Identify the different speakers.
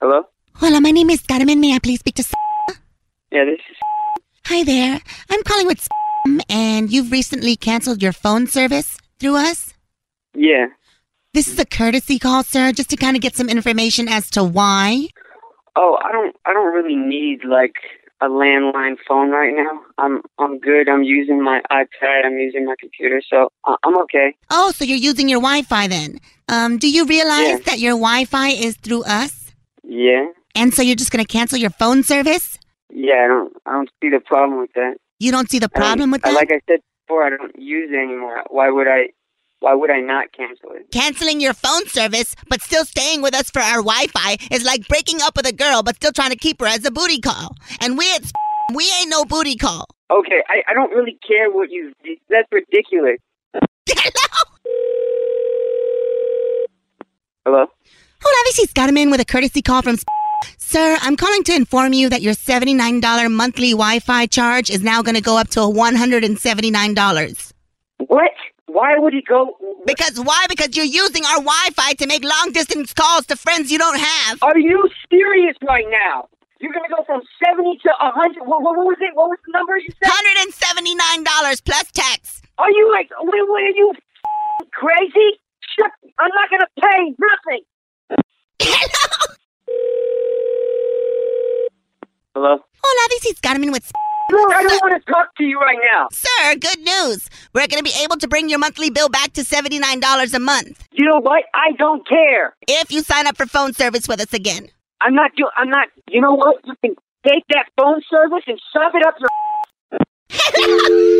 Speaker 1: Hello?
Speaker 2: Hello, uh, my name is Carmen. May I please speak to? S-
Speaker 1: Yeah, this is.
Speaker 2: Hi there. I'm calling with, S- and you've recently canceled your phone service through us.
Speaker 1: Yeah.
Speaker 2: This is a courtesy call, sir, just to kind of get some information as to why.
Speaker 1: Oh, I don't. I don't really need like a landline phone right now. I'm. I'm good. I'm using my iPad. I'm using my computer, so I- I'm okay.
Speaker 2: Oh, so you're using your Wi-Fi then? Um, do you realize
Speaker 1: Yeah.
Speaker 2: that your Wi-Fi is through us,
Speaker 1: Yeah.
Speaker 2: and so you're just going to cancel your phone service?
Speaker 1: Yeah. I don't. I don't see the problem with that.
Speaker 2: You don't see the
Speaker 1: I don't-
Speaker 2: problem with
Speaker 1: I-
Speaker 2: that?
Speaker 1: Like I said before, I don't use it anymore. Why would I? Why would I not cancel it?
Speaker 2: Canceling your phone service but still staying with us for our Wi-Fi is like breaking up with a girl but still trying to keep her as a booty call. And we at S- we ain't no booty call.
Speaker 1: Okay. I. I don't really care what you. That's ridiculous.
Speaker 2: Hello?
Speaker 1: Hello.
Speaker 2: Hola, this is Carmen with a courtesy call from. Sir, I'm calling to inform you that your $79 monthly Wi Fi charge is now going to go up to $179.
Speaker 1: What? Why would he go?
Speaker 2: Because why? Because you're using our Wi Fi to make long distance calls to friends you don't have.
Speaker 1: Are you serious right now? You're gonna go from seventy to a hundred. What, what was it? What was the number you said?
Speaker 2: $179 plus tax.
Speaker 1: Are you like, wait, wait, are you f***ing crazy? Shut, I'm not gonna pay nothing.
Speaker 2: Hello?
Speaker 1: Hello?
Speaker 2: Hola, this is Carmen with.
Speaker 1: Look, I don't want to talk to you right now.
Speaker 2: Sir, good news. We're going to be able to bring your monthly bill back to $79 a month
Speaker 1: You know what? I don't care.
Speaker 2: if you sign up for phone service with us again.
Speaker 1: I'm not do. I'm not. You know what? You can take that phone service and shove it up your.
Speaker 2: Hello?